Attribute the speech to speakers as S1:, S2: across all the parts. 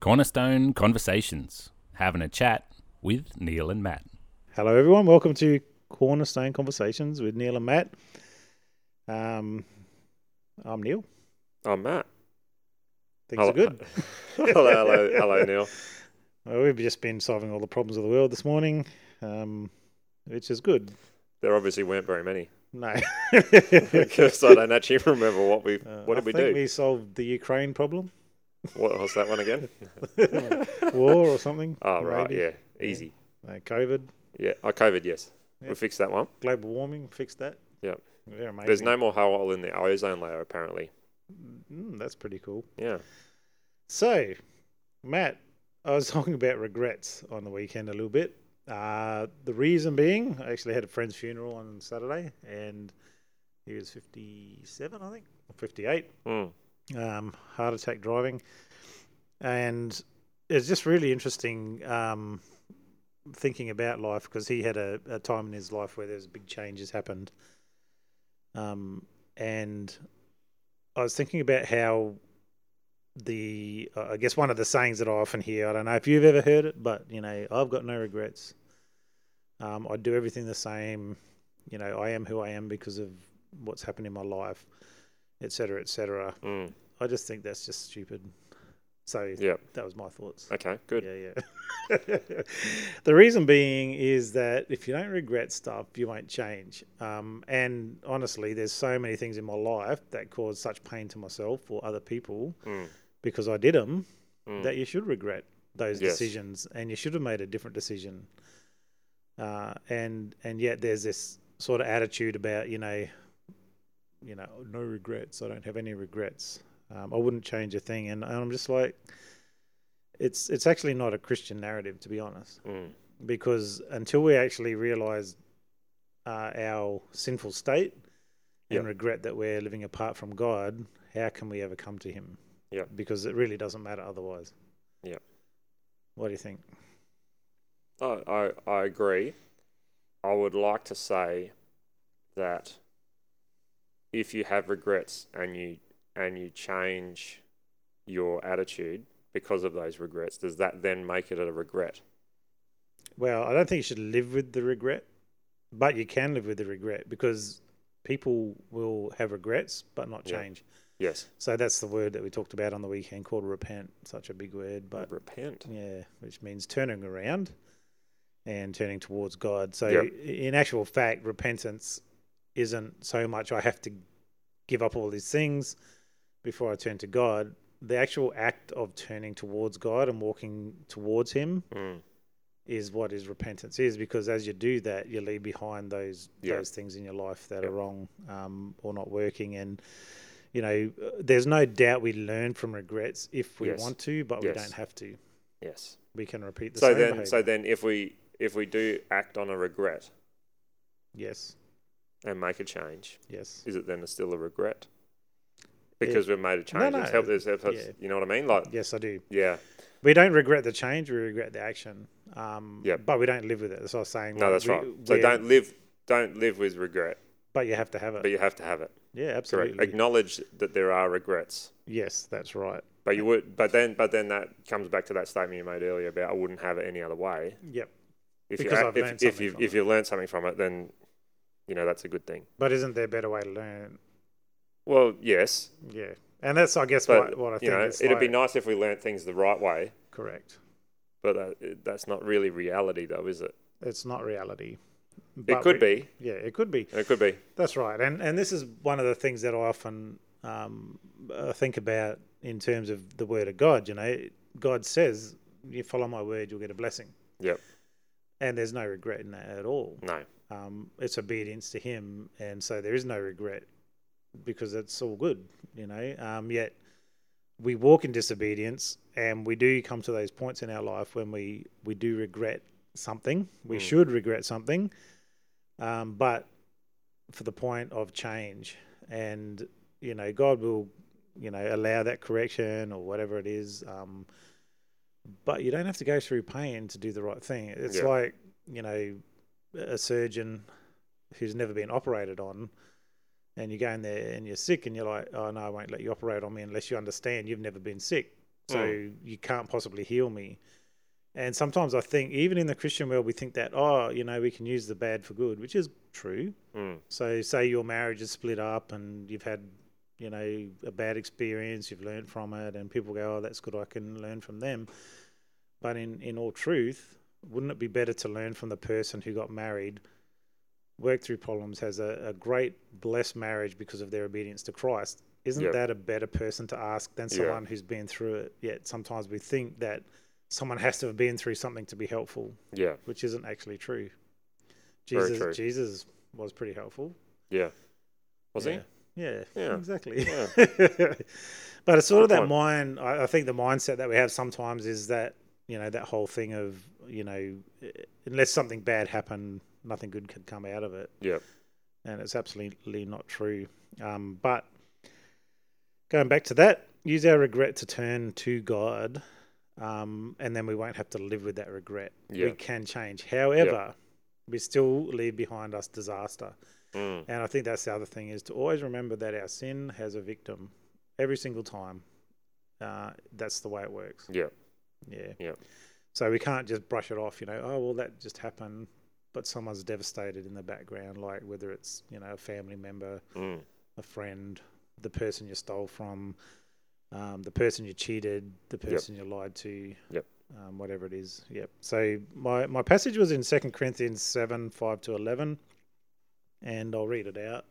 S1: Cornerstone Conversations, having a chat with Neil and Matt.
S2: Hello, everyone. Welcome to Cornerstone Conversations with Neil and Matt. Um, I'm Neil.
S3: I'm Oh, Matt.
S2: Things are good.
S3: hello, hello, hello, Neil.
S2: Well, we've just been solving all the problems of the world this morning, um, which is good.
S3: There obviously weren't very many
S2: No.
S3: because I don't actually remember what we
S2: Uh,
S3: what did
S2: I
S3: we
S2: think
S3: do.
S2: We solved the Ukraine problem,
S3: What was that one again?
S2: war or something.
S3: Oh right,
S2: maybe.
S3: yeah, easy.
S2: Uh, COVID,
S3: Yeah, oh, COVID. Yes,
S2: Yeah.
S3: we fixed that one.
S2: global warming, fixed that.
S3: Yep.
S2: They're amazing.
S3: There's no more hole in the ozone layer apparently.
S2: Mm, that's pretty cool.
S3: Yeah.
S2: So, Matt, I was talking about regrets on the weekend a little bit. Uh, the reason being, I actually had a friend's funeral on Saturday, and he was 57, I think, or 58,
S3: Mm.
S2: um, heart attack driving. And it's just really interesting um, thinking about life because he had a, a time in his life where there's big changes happened. Um, and I was thinking about how the I I guess one of the sayings that I often hear. I don't know if you've ever heard it, but you know, I've got no regrets. Um, I do everything the same. You know, I am who I am because of what's happened in my life, et cetera, et cetera.
S3: Mm.
S2: I just think that's just stupid. So
S3: Yeah.
S2: that was my thoughts.
S3: Okay. Good.
S2: Yeah, yeah. the reason being is that if you don't regret stuff, you won't change. Um, and honestly, there's so many things in my life that caused such pain to myself or other people
S3: Mm.
S2: because I did them
S3: Mm.
S2: that you should regret those
S3: Yes.
S2: decisions and you should have made a different decision. Uh, and and yet there's this sort of attitude about you know, you know, no regrets. I don't have any regrets. Um, I wouldn't change a thing. And, and I'm just like, it's it's actually not a Christian narrative to be honest,
S3: Mm.
S2: because until we actually realize uh, our sinful state and
S3: Yeah.
S2: regret that we're living apart from God, how can we ever come to Him?
S3: Yeah.
S2: because it really doesn't matter otherwise.
S3: Yeah.
S2: What do you think?
S3: I, I I agree. I would like to say that if you have regrets and you and you change your attitude because of those regrets, does that then make it a regret?
S2: Well, I don't think you should live with the regret, but you can live with the regret because people will have regrets but not
S3: Yeah.
S2: change.
S3: Yes.
S2: So that's the word that we talked about on the weekend called repent. Such a big word, but
S3: Repent.
S2: Yeah, which means turning around and turning towards God. So,
S3: Yeah.
S2: in actual fact, repentance isn't so much I have to give up all these things before I turn to God. The actual act of turning towards God and walking towards Him
S3: Mm.
S2: is what is repentance is because as you do that you leave behind those
S3: Yeah.
S2: those things in your life that
S3: Yeah.
S2: are wrong um, or not working and you know uh, there's no doubt we learn from regrets if we
S3: Yes.
S2: want to but
S3: Yes.
S2: we don't have to
S3: Yes.
S2: we can repeat the
S3: so
S2: same
S3: then
S2: behavior.
S3: so then if we if we do act on a regret
S2: yes
S3: and make a change,
S2: yes
S3: is it then still a regret?
S2: It-
S3: Because we've made a change.
S2: no,
S3: it's helped us, helped us-
S2: yeah.
S3: you know what I mean? Like
S2: yes i do
S3: yeah.
S2: we don't regret the change we regret the action um
S3: Yep.
S2: but we don't live with it that's what i was saying
S3: No,
S2: like,
S3: that's
S2: we-
S3: right. So
S2: we're-
S3: don't live don't live with regret,
S2: but you have to have it
S3: but you have to have it.
S2: yeah
S3: Correct.
S2: absolutely
S3: Acknowledge that there are regrets.
S2: yes that's right
S3: But you would but then but then that comes back to that statement you made earlier about I wouldn't have it any other way.
S2: yep
S3: If
S2: Because
S3: you
S2: I've learned
S3: if, if
S2: something
S3: you
S2: from
S3: if you've learned something from it then you know that's a good thing.
S2: but isn't there a better way to learn
S3: Well, yes,
S2: yeah and that's i guess
S3: but
S2: what, what i
S3: you
S2: think
S3: know,
S2: it's
S3: it'd be
S2: like-
S3: nice if we learnt things the right way,
S2: correct
S3: but uh, that's not really reality though, is it?
S2: it's not reality
S3: It could be.
S2: be yeah it could be
S3: It could be.
S2: That's right, and and this is one of the things that I often um, uh, think about in terms of the word of God. You know, God says, "You follow my word, you'll get a blessing,"
S3: Yep.
S2: and there's no regret in that at all.
S3: No.
S2: Um, it's obedience to Him, and so there is no regret because it's all good. You know, um, yet we walk in disobedience, and we do come to those points in our life when we we do regret something. We
S3: Mm.
S2: should regret something, um, but for the point of change and you know god will you know allow that correction or whatever it is um but you don't have to go through pain to do the right thing it's
S3: Yeah.
S2: like you know a surgeon who's never been operated on and you go in there and you're sick and you're like oh no i won't let you operate on me unless you understand you've never been sick so you can't possibly heal me. And sometimes I think, even in the Christian world, we think that, oh, you know, we can use the bad for good, which is true.
S3: Mm.
S2: So, say your marriage is split up and you've had, you know, a bad experience, you've learned from it, and people go, oh, that's good, I can learn from them. But in, in all truth, wouldn't it be better to learn from the person who got married, worked through problems, has a, a great, blessed marriage because of their obedience to Christ? Isn't
S3: Yeah.
S2: that a better person to ask than
S3: Yeah.
S2: someone who's been through it? Yet sometimes we think that someone has to have been through something to be helpful
S3: Yeah.
S2: which isn't actually true.
S3: Very
S2: Jesus,
S3: true.
S2: Jesus was pretty helpful.
S3: Yeah. Was
S2: yeah. Yeah,
S3: Yeah.
S2: exactly.
S3: Yeah.
S2: but it's sort of
S3: Good
S2: that mind.
S3: point.
S2: I, I think the mindset that we have sometimes is that you know that whole thing of you know eh, unless something bad happened, nothing good could come out of it.
S3: he? Yeah.
S2: and it's absolutely not true. Um, but going back to that, use our regret to turn to God, um, and then we won't have to live with that regret.
S3: Yeah.
S2: We can change. However, we still leave behind us disaster.
S3: Mm.
S2: And I think that's the other thing is to always remember that our sin has a victim every single time. Uh, that's the way it works.
S3: Yeah.
S2: Yeah.
S3: Yeah.
S2: So we can't just brush it off, you know, oh, well, that just happened, but someone's devastated in the background, like whether it's, you know, a family member,
S3: Mm.
S2: a friend, the person you stole from, um, the person you cheated, the person you lied to,
S3: Yep.
S2: um, whatever it is. Yep. So my, my passage was in 2 Corinthians 7 5 to 11, and I'll read it out.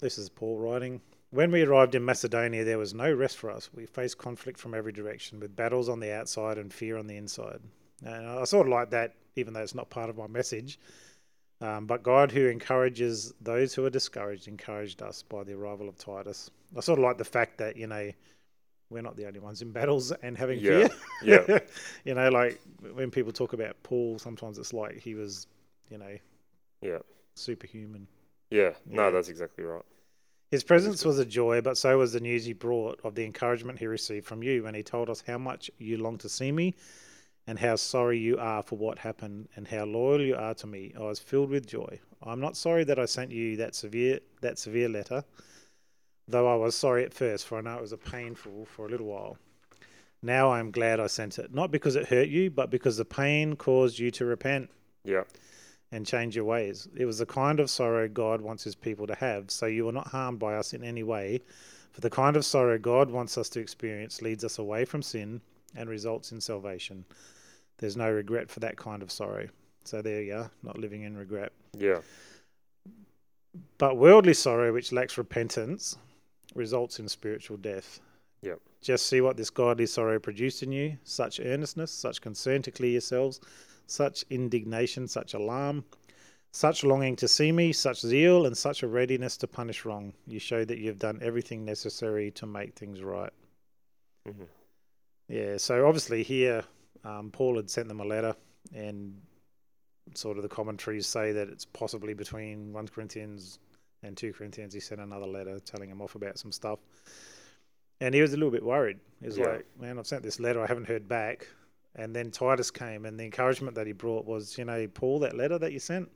S2: This is Paul writing. When we arrived in Macedonia, there was no rest for us. We faced conflict from every direction, with battles on the outside and fear on the inside. And I sort of like that, even though it's not part of my message. Um, but God, who encourages those who are discouraged, encouraged us by the arrival of Titus. I sort of like the fact that, you know, we're not the only ones in battles and having
S3: Yeah.
S2: fear.
S3: Yeah.
S2: you know, like when people talk about Paul, sometimes it's like he was, you know,
S3: Yeah.
S2: superhuman.
S3: Yeah.
S2: Yeah.
S3: No, that's exactly right.
S2: His presence was a joy, but so was the news he brought of the encouragement he received from you when he told us how much you long to see me and how sorry you are for what happened and how loyal you are to me. I was filled with joy. I'm not sorry that I sent you that severe that severe letter, though I was sorry at first, for I know it was a painful for a little while. Now I am glad I sent it, not because it hurt you, but because the pain caused you to repent
S3: Yeah.
S2: and change your ways. It was the kind of sorrow God wants his people to have, so you are not harmed by us in any way. For the kind of sorrow God wants us to experience leads us away from sin and results in salvation. There's no regret for that kind of sorrow. So there you are, not living in regret.
S3: Yeah.
S2: But worldly sorrow, which lacks repentance, results in spiritual death.
S3: Yep.
S2: Just see what this godly sorrow produced in you such earnestness, such concern to clear yourselves, such indignation, such alarm, such longing to see me, such zeal, and such a readiness to punish wrong. You show that you have done everything necessary to make things right.
S3: Mhm.
S2: Yeah, so obviously here, um, Paul had sent them a letter, and sort of the commentaries say that it's possibly between 1 Corinthians and 2 Corinthians. He sent another letter telling him off about some stuff. And he was a little bit worried. He was
S3: Yeah.
S2: like, man, I've sent this letter, I haven't heard back. And then Titus came, and the encouragement that he brought was, you know, Paul, that letter that you sent,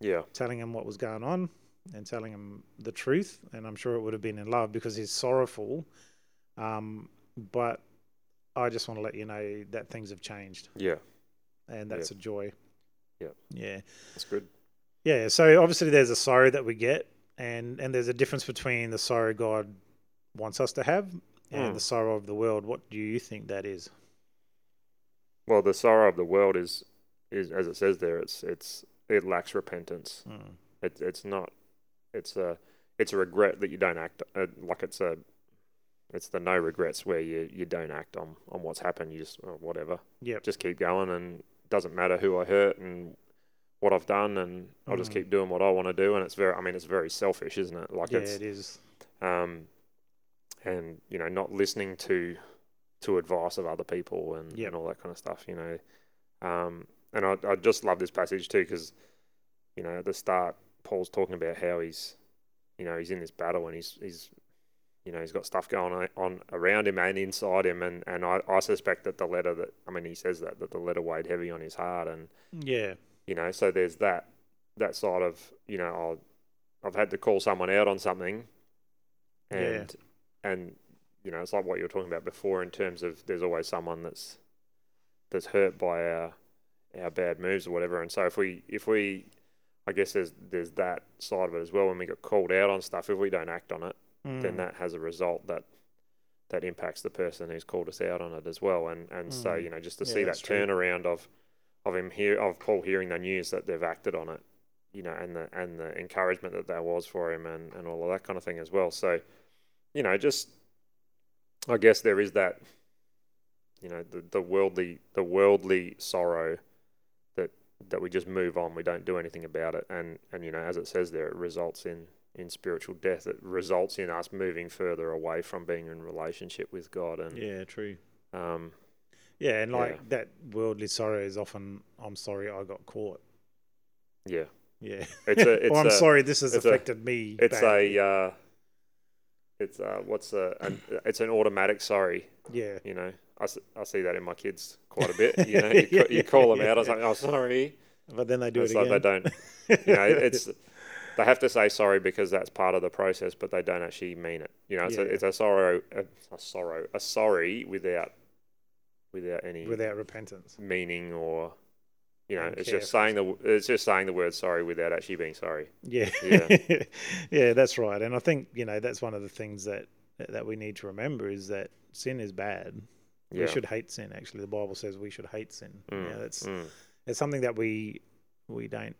S3: Yeah.
S2: telling him what was going on and telling him the truth. And I'm sure it would have been in love because he's sorrowful. Um, but I just want to let you know that things have changed
S3: Yeah.
S2: and that's a joy.
S3: Yeah.
S2: Yeah.
S3: That's good.
S2: Yeah. So obviously there's a sorrow that we get and and there's a difference between the sorrow God wants us to have and
S3: Mm.
S2: the sorrow of the world. What do you think that is?
S3: Well, the sorrow of the world is, is as it says there, it's it's it lacks repentance.
S2: Hmm.
S3: It, it's not. It's a it's a regret that you don't act uh, like it's a. It's the no regrets where you, you don't act on, on what's happened. You just oh, whatever.
S2: Yep.
S3: Just keep going, and doesn't matter who I hurt and what I've done, and I'll just
S2: Mm.
S3: keep doing what I want to do. And it's very. I mean, it's very selfish, isn't it? Like
S2: yeah,
S3: it's
S2: it is.
S3: um, and you know not listening to to advice of other people and,
S2: Yep.
S3: and all that kind of stuff you know um, and I, I just love this passage too because you know at the start paul's talking about how he's you know he's in this battle and he's he's you know he's got stuff going on, on around him and inside him and and I, I suspect that the letter that i mean he says that that the letter weighed heavy on his heart and
S2: Yeah.
S3: you know so there's that that side of you know I'll, i've had to call someone out on something
S2: Yeah.
S3: and and you know, it's like what you were talking about before in terms of there's always someone that's that's hurt by our our bad moves or whatever. And so if we if we I guess there's there's that side of it as well when we get called out on stuff, if we don't act on it, then
S2: Mm.
S3: that has a result that that impacts the person who's called us out on it as well. And and so,
S2: Mm.
S3: you know, just to
S2: Yeah,
S3: see that
S2: that's true.
S3: turnaround of of him here of Paul hearing the news that they've acted on it, you know, and the and the encouragement that there was for him and, and all of that kind of thing as well. So, you know, just I guess there is that you know, the, the worldly the worldly sorrow that that we just move on, we don't do anything about it and, and you know, as it says there, it results in in spiritual death. It results in us moving further away from being in relationship with God and
S2: Yeah, true.
S3: um
S2: Yeah, and like
S3: Yeah.
S2: that worldly sorrow is often, I'm sorry I got caught.
S3: yeah.
S2: Yeah.
S3: It's a it's
S2: or I'm
S3: a,
S2: sorry this has
S3: it's a-
S2: affected me.
S3: It's
S2: badly."
S3: a uh, it's uh, what's a an, it's an automatic sorry.
S2: yeah.
S3: You know, I, s- I see that in my kids quite a bit. You know, you, ca- you call them out. I was like, oh, sorry.
S2: But then they do
S3: It's
S2: it
S3: like
S2: again.
S3: they don't. You know, it's they have to say sorry because that's part of the process, but they don't actually mean it. You know, it's a
S2: Yeah.
S3: it's a sorrow a, a sorrow a sorry without without any
S2: without repentance.
S3: meaning or you know,
S2: And
S3: it's
S2: care
S3: just
S2: for
S3: saying the w- it's just saying the word sorry without actually being sorry.
S2: Yeah.
S3: Yeah.
S2: yeah, that's right. And I think, you know, that's one of the things that that we need to remember is that sin is bad.
S3: Yeah.
S2: We should hate sin actually. The Bible says we should hate sin.
S3: Mm,
S2: Yeah, that's
S3: mm,
S2: it's something that we we don't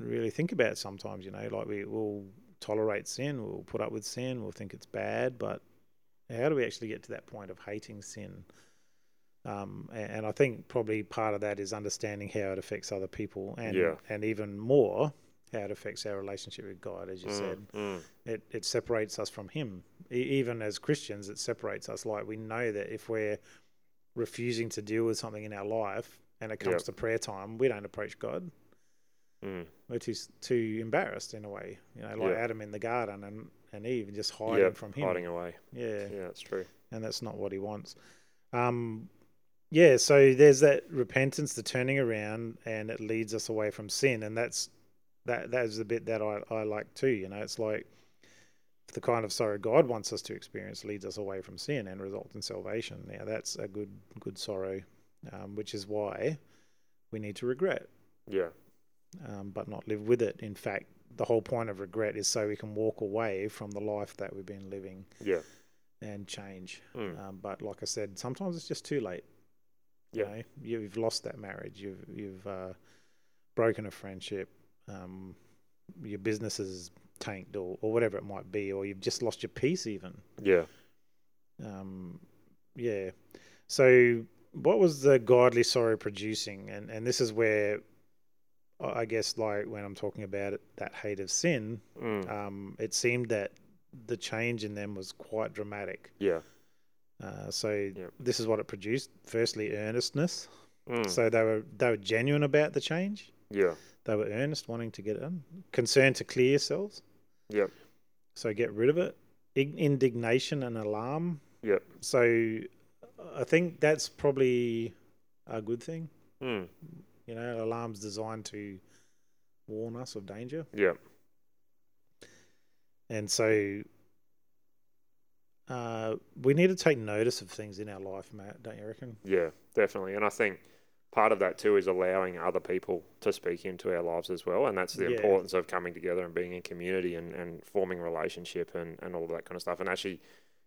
S2: really think about sometimes, you know, like we will tolerate sin, we'll put up with sin, we'll think it's bad, but how do we actually get to that point of hating sin? Um, a- and, I think probably part of that is understanding how it affects other people and
S3: Yeah.
S2: and even more how it affects our relationship with God, as you
S3: mm,
S2: said
S3: mm.
S2: it, it separates us from him E- even as christians it separates us like we know that if we're refusing to deal with something in our life and it comes
S3: Yep.
S2: to prayer time we don't approach god
S3: Mm.
S2: we're too, s- too embarrassed in a way you know like
S3: Yeah.
S2: adam in the garden and, and eve just hiding
S3: Yep,
S2: from him
S3: Hiding away.
S2: yeah
S3: Yeah, that's true.
S2: and that's not what he wants. Um, yeah, so there's that repentance, the turning around, and it leads us away from sin, and that's that that is the bit that I, I like too. You know, it's like the kind of sorrow God wants us to experience leads us away from sin and results in salvation. Now that's a good good sorrow, um, which is why we need to regret,
S3: Yeah,
S2: um, but not live with it. In fact, the whole point of regret is so we can walk away from the life that we've been living
S3: yeah,
S2: and change.
S3: mm.
S2: Um, but like I said, sometimes it's just too late. You
S3: Yeah.
S2: know, you've lost that marriage. You've you've uh, broken a friendship. Um, your business is tanked, or, or whatever it might be, or you've just lost your peace. Even,
S3: yeah.
S2: um, yeah. So, what was the godly sorrow producing? And and this is where, I I guess, like when I'm talking about it, that hate of sin,
S3: Mm.
S2: um, it seemed that the change in them was quite dramatic.
S3: yeah,
S2: Uh, so
S3: Yep.
S2: this is what it produced. Firstly, earnestness.
S3: mm.
S2: So they were they were genuine about the change.
S3: yeah,
S2: They were earnest, wanting to get it done. Concern to clear yourselves.
S3: Yep.
S2: So get rid of it. Ig- indignation and alarm.
S3: Yep.
S2: So I think that's probably a good thing.
S3: mm.
S2: You know, alarm's designed to warn us of danger,
S3: yeah,
S2: and so uh, we need to take notice of things in our life, Matt. Don't you reckon?
S3: yeah, definitely. And I think part of that too is allowing other people to speak into our lives as well. And that's the
S2: Yeah.
S3: importance of coming together and being in community and, and forming relationship and, and all of that kind of stuff. And actually,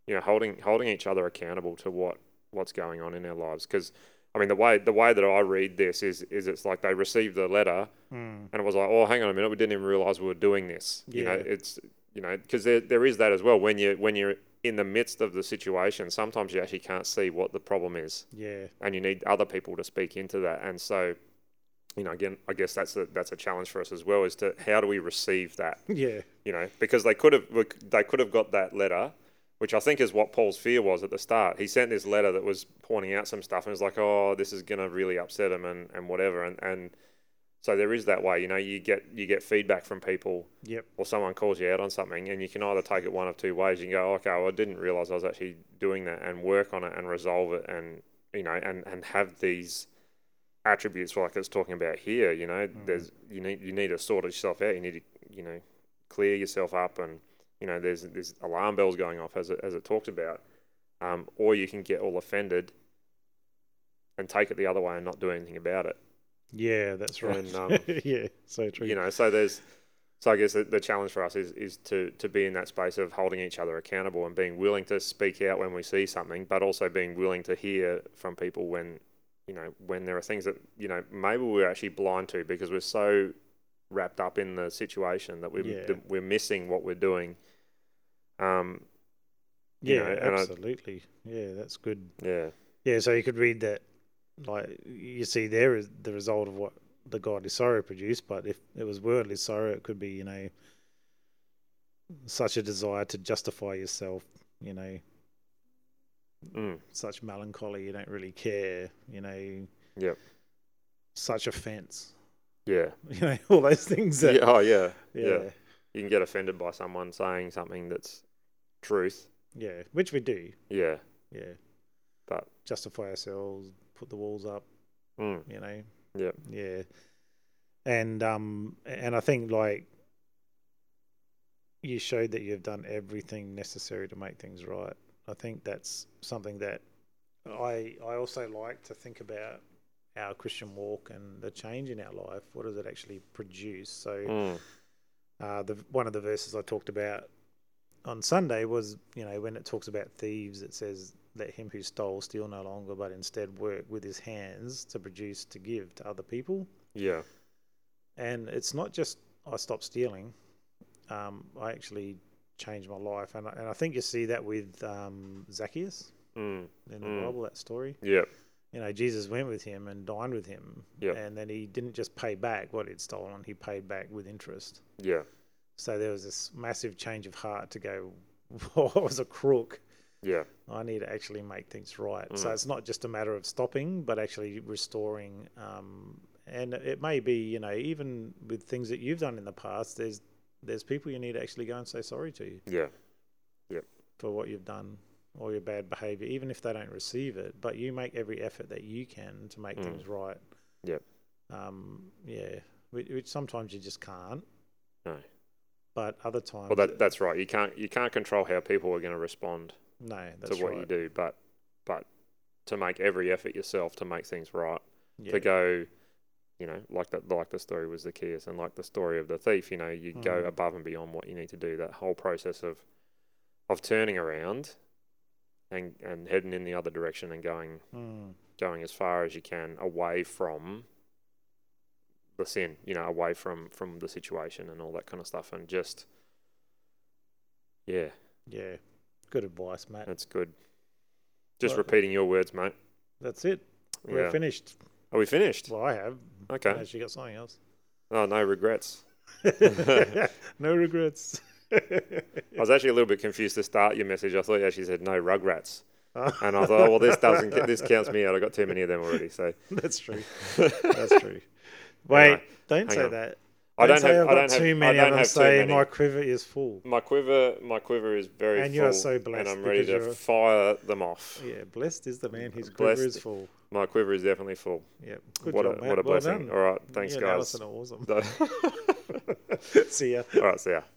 S3: you know, holding holding each other accountable to what what's going on in our lives. Because I mean, the way the way that I read this is is it's like they received the letter
S2: Mm.
S3: and it was like, oh, hang on a minute, we didn't even realize we were doing this. You know,
S2: Yeah.
S3: it's you know, because there, there is that as well. When you when you're in the midst of the situation, sometimes you actually can't see what the problem is,
S2: Yeah.
S3: and you need other people to speak into that. And so, you know, again, I guess that's a that's a challenge for us as well. Is to how do we receive that?
S2: Yeah.
S3: You know, because they could have they could have got that letter. Which I think is what Paul's fear was at the start. He sent this letter that was pointing out some stuff and was like, "Oh, this is gonna really upset him and, and whatever." And and so there is that way, you know, you get you get feedback from people
S2: Yep.
S3: or someone calls you out on something, and you can either take it one of two ways. You can go, okay, well, I didn't realize I was actually doing that, and work on it and resolve it, and you know, and and have these attributes like it's talking about here. You know, there's you need you need to sort yourself out. You need to you know clear yourself up, and you know, there's there's alarm bells going off as it, as it talked about. um, or you can get all offended and take it the other way and not do anything about it.
S2: Yeah, that's right.
S3: And, um,
S2: yeah, so true.
S3: You know, so there's, so I guess the, the challenge for us is is to to be in that space of holding each other accountable and being willing to speak out when we see something, but also being willing to hear from people when, you know, when there are things that you know maybe we're actually blind to because we're so wrapped up in the situation that we
S2: Yeah.
S3: that we're missing what we're doing. Um. you
S2: yeah,
S3: know, and I-
S2: absolutely. Yeah, that's good.
S3: Yeah.
S2: Yeah, so you could read that, like you see, there is the result of what the godly sorrow produced. But if it was worldly sorrow, it could be you know such a desire to justify yourself. You know,
S3: Mm.
S2: such melancholy. You don't really care. You know.
S3: Yep.
S2: Such offense.
S3: Yeah.
S2: You know all those things that.
S3: yeah. Oh yeah.
S2: Yeah.
S3: Yeah. You can get offended by someone saying something that's truth.
S2: yeah, Which we do.
S3: Yeah.
S2: Yeah.
S3: But-
S2: justify ourselves, put the walls up.
S3: Mm.
S2: you know.
S3: Yep.
S2: Yeah. And um and I think like you showed that you've done everything necessary to make things right. I think that's something that I I also like to think about our Christian walk and the change in our life. What does it actually produce? So
S3: Mm.
S2: uh, the one of the verses I talked about on Sunday was, you know, when it talks about thieves, it says, "Let him who stole steal no longer, but instead work with his hands to produce to give to other people."
S3: Yeah.
S2: And it's not just I stopped stealing; um, I actually changed my life, and I, and I think you see that with um, Zacchaeus
S3: Mm.
S2: in the
S3: Mm.
S2: Bible, that story
S3: Yep.
S2: you know, Jesus went with him and dined with him.
S3: Yep.
S2: And then he didn't just pay back what he'd stolen, he paid back with interest.
S3: Yeah.
S2: So there was this massive change of heart to go, "Whoa, I was a crook.
S3: Yeah.
S2: I need to actually make things right. So
S3: Mm.
S2: it's not just a matter of stopping, but actually restoring. Um, and it may be, you know, even with things that you've done in the past, there's there's people you need to actually go and say sorry to
S3: Yeah.
S2: for what you've done or your bad behavior, even if they don't receive it. But you make every effort that you can to make
S3: Mm.
S2: things right.
S3: Yep.
S2: Um, yeah. Which, which sometimes you just can't,
S3: No.
S2: but other times.
S3: Well, that that's right. You can't you can't control how people are going to respond
S2: no,
S3: to
S2: that's
S3: what
S2: right.
S3: you do, but but to make every effort yourself to make things right,
S2: Yeah.
S3: to go, you know, like that like the story was Zacchaeus and like the story of the thief. You know, you go
S2: Mhm.
S3: above and beyond what you need to do. That whole process of of turning around and and heading in the other direction and going
S2: Mm,
S3: going as far as you can away from the sin, you know, away from from the situation and all that kind of stuff, and just yeah,
S2: yeah. Good advice, Matt.
S3: that's good. Just
S2: Well-
S3: repeating your words, mate.
S2: That's it. We're
S3: Yeah.
S2: finished.
S3: Are we finished?
S2: Well, I have.
S3: Okay.
S2: Unless you got something else.
S3: Oh, no regrets.
S2: no regrets.
S3: I was actually a little bit confused to start your message. I thought you actually said no rugrats,
S2: Ah,
S3: and I thought, oh, well, this doesn't get, this counts me out. I got too many of them already, so
S2: That's true. That's true. Wait, don't
S3: hang
S2: say
S3: on.
S2: that.
S3: I don't
S2: say
S3: have
S2: I've got
S3: I don't have
S2: too
S3: I
S2: many.
S3: don't
S2: of them
S3: have too
S2: say
S3: many.
S2: my quiver is full.
S3: My quiver, my quiver is very
S2: And
S3: full,
S2: you are so blessed
S3: and I'm ready
S2: because
S3: to
S2: you're-
S3: fire them off.
S2: Yeah, blessed is the man whose quiver is
S3: Blessed.
S2: full.
S3: My quiver is definitely full.
S2: Yep. Good
S3: what
S2: job,
S3: a
S2: Matt.
S3: what a
S2: Well
S3: blessing!
S2: done.
S3: All right, thanks
S2: you and
S3: guys.
S2: Alison are awesome.
S3: All
S2: See ya.
S3: right, see ya.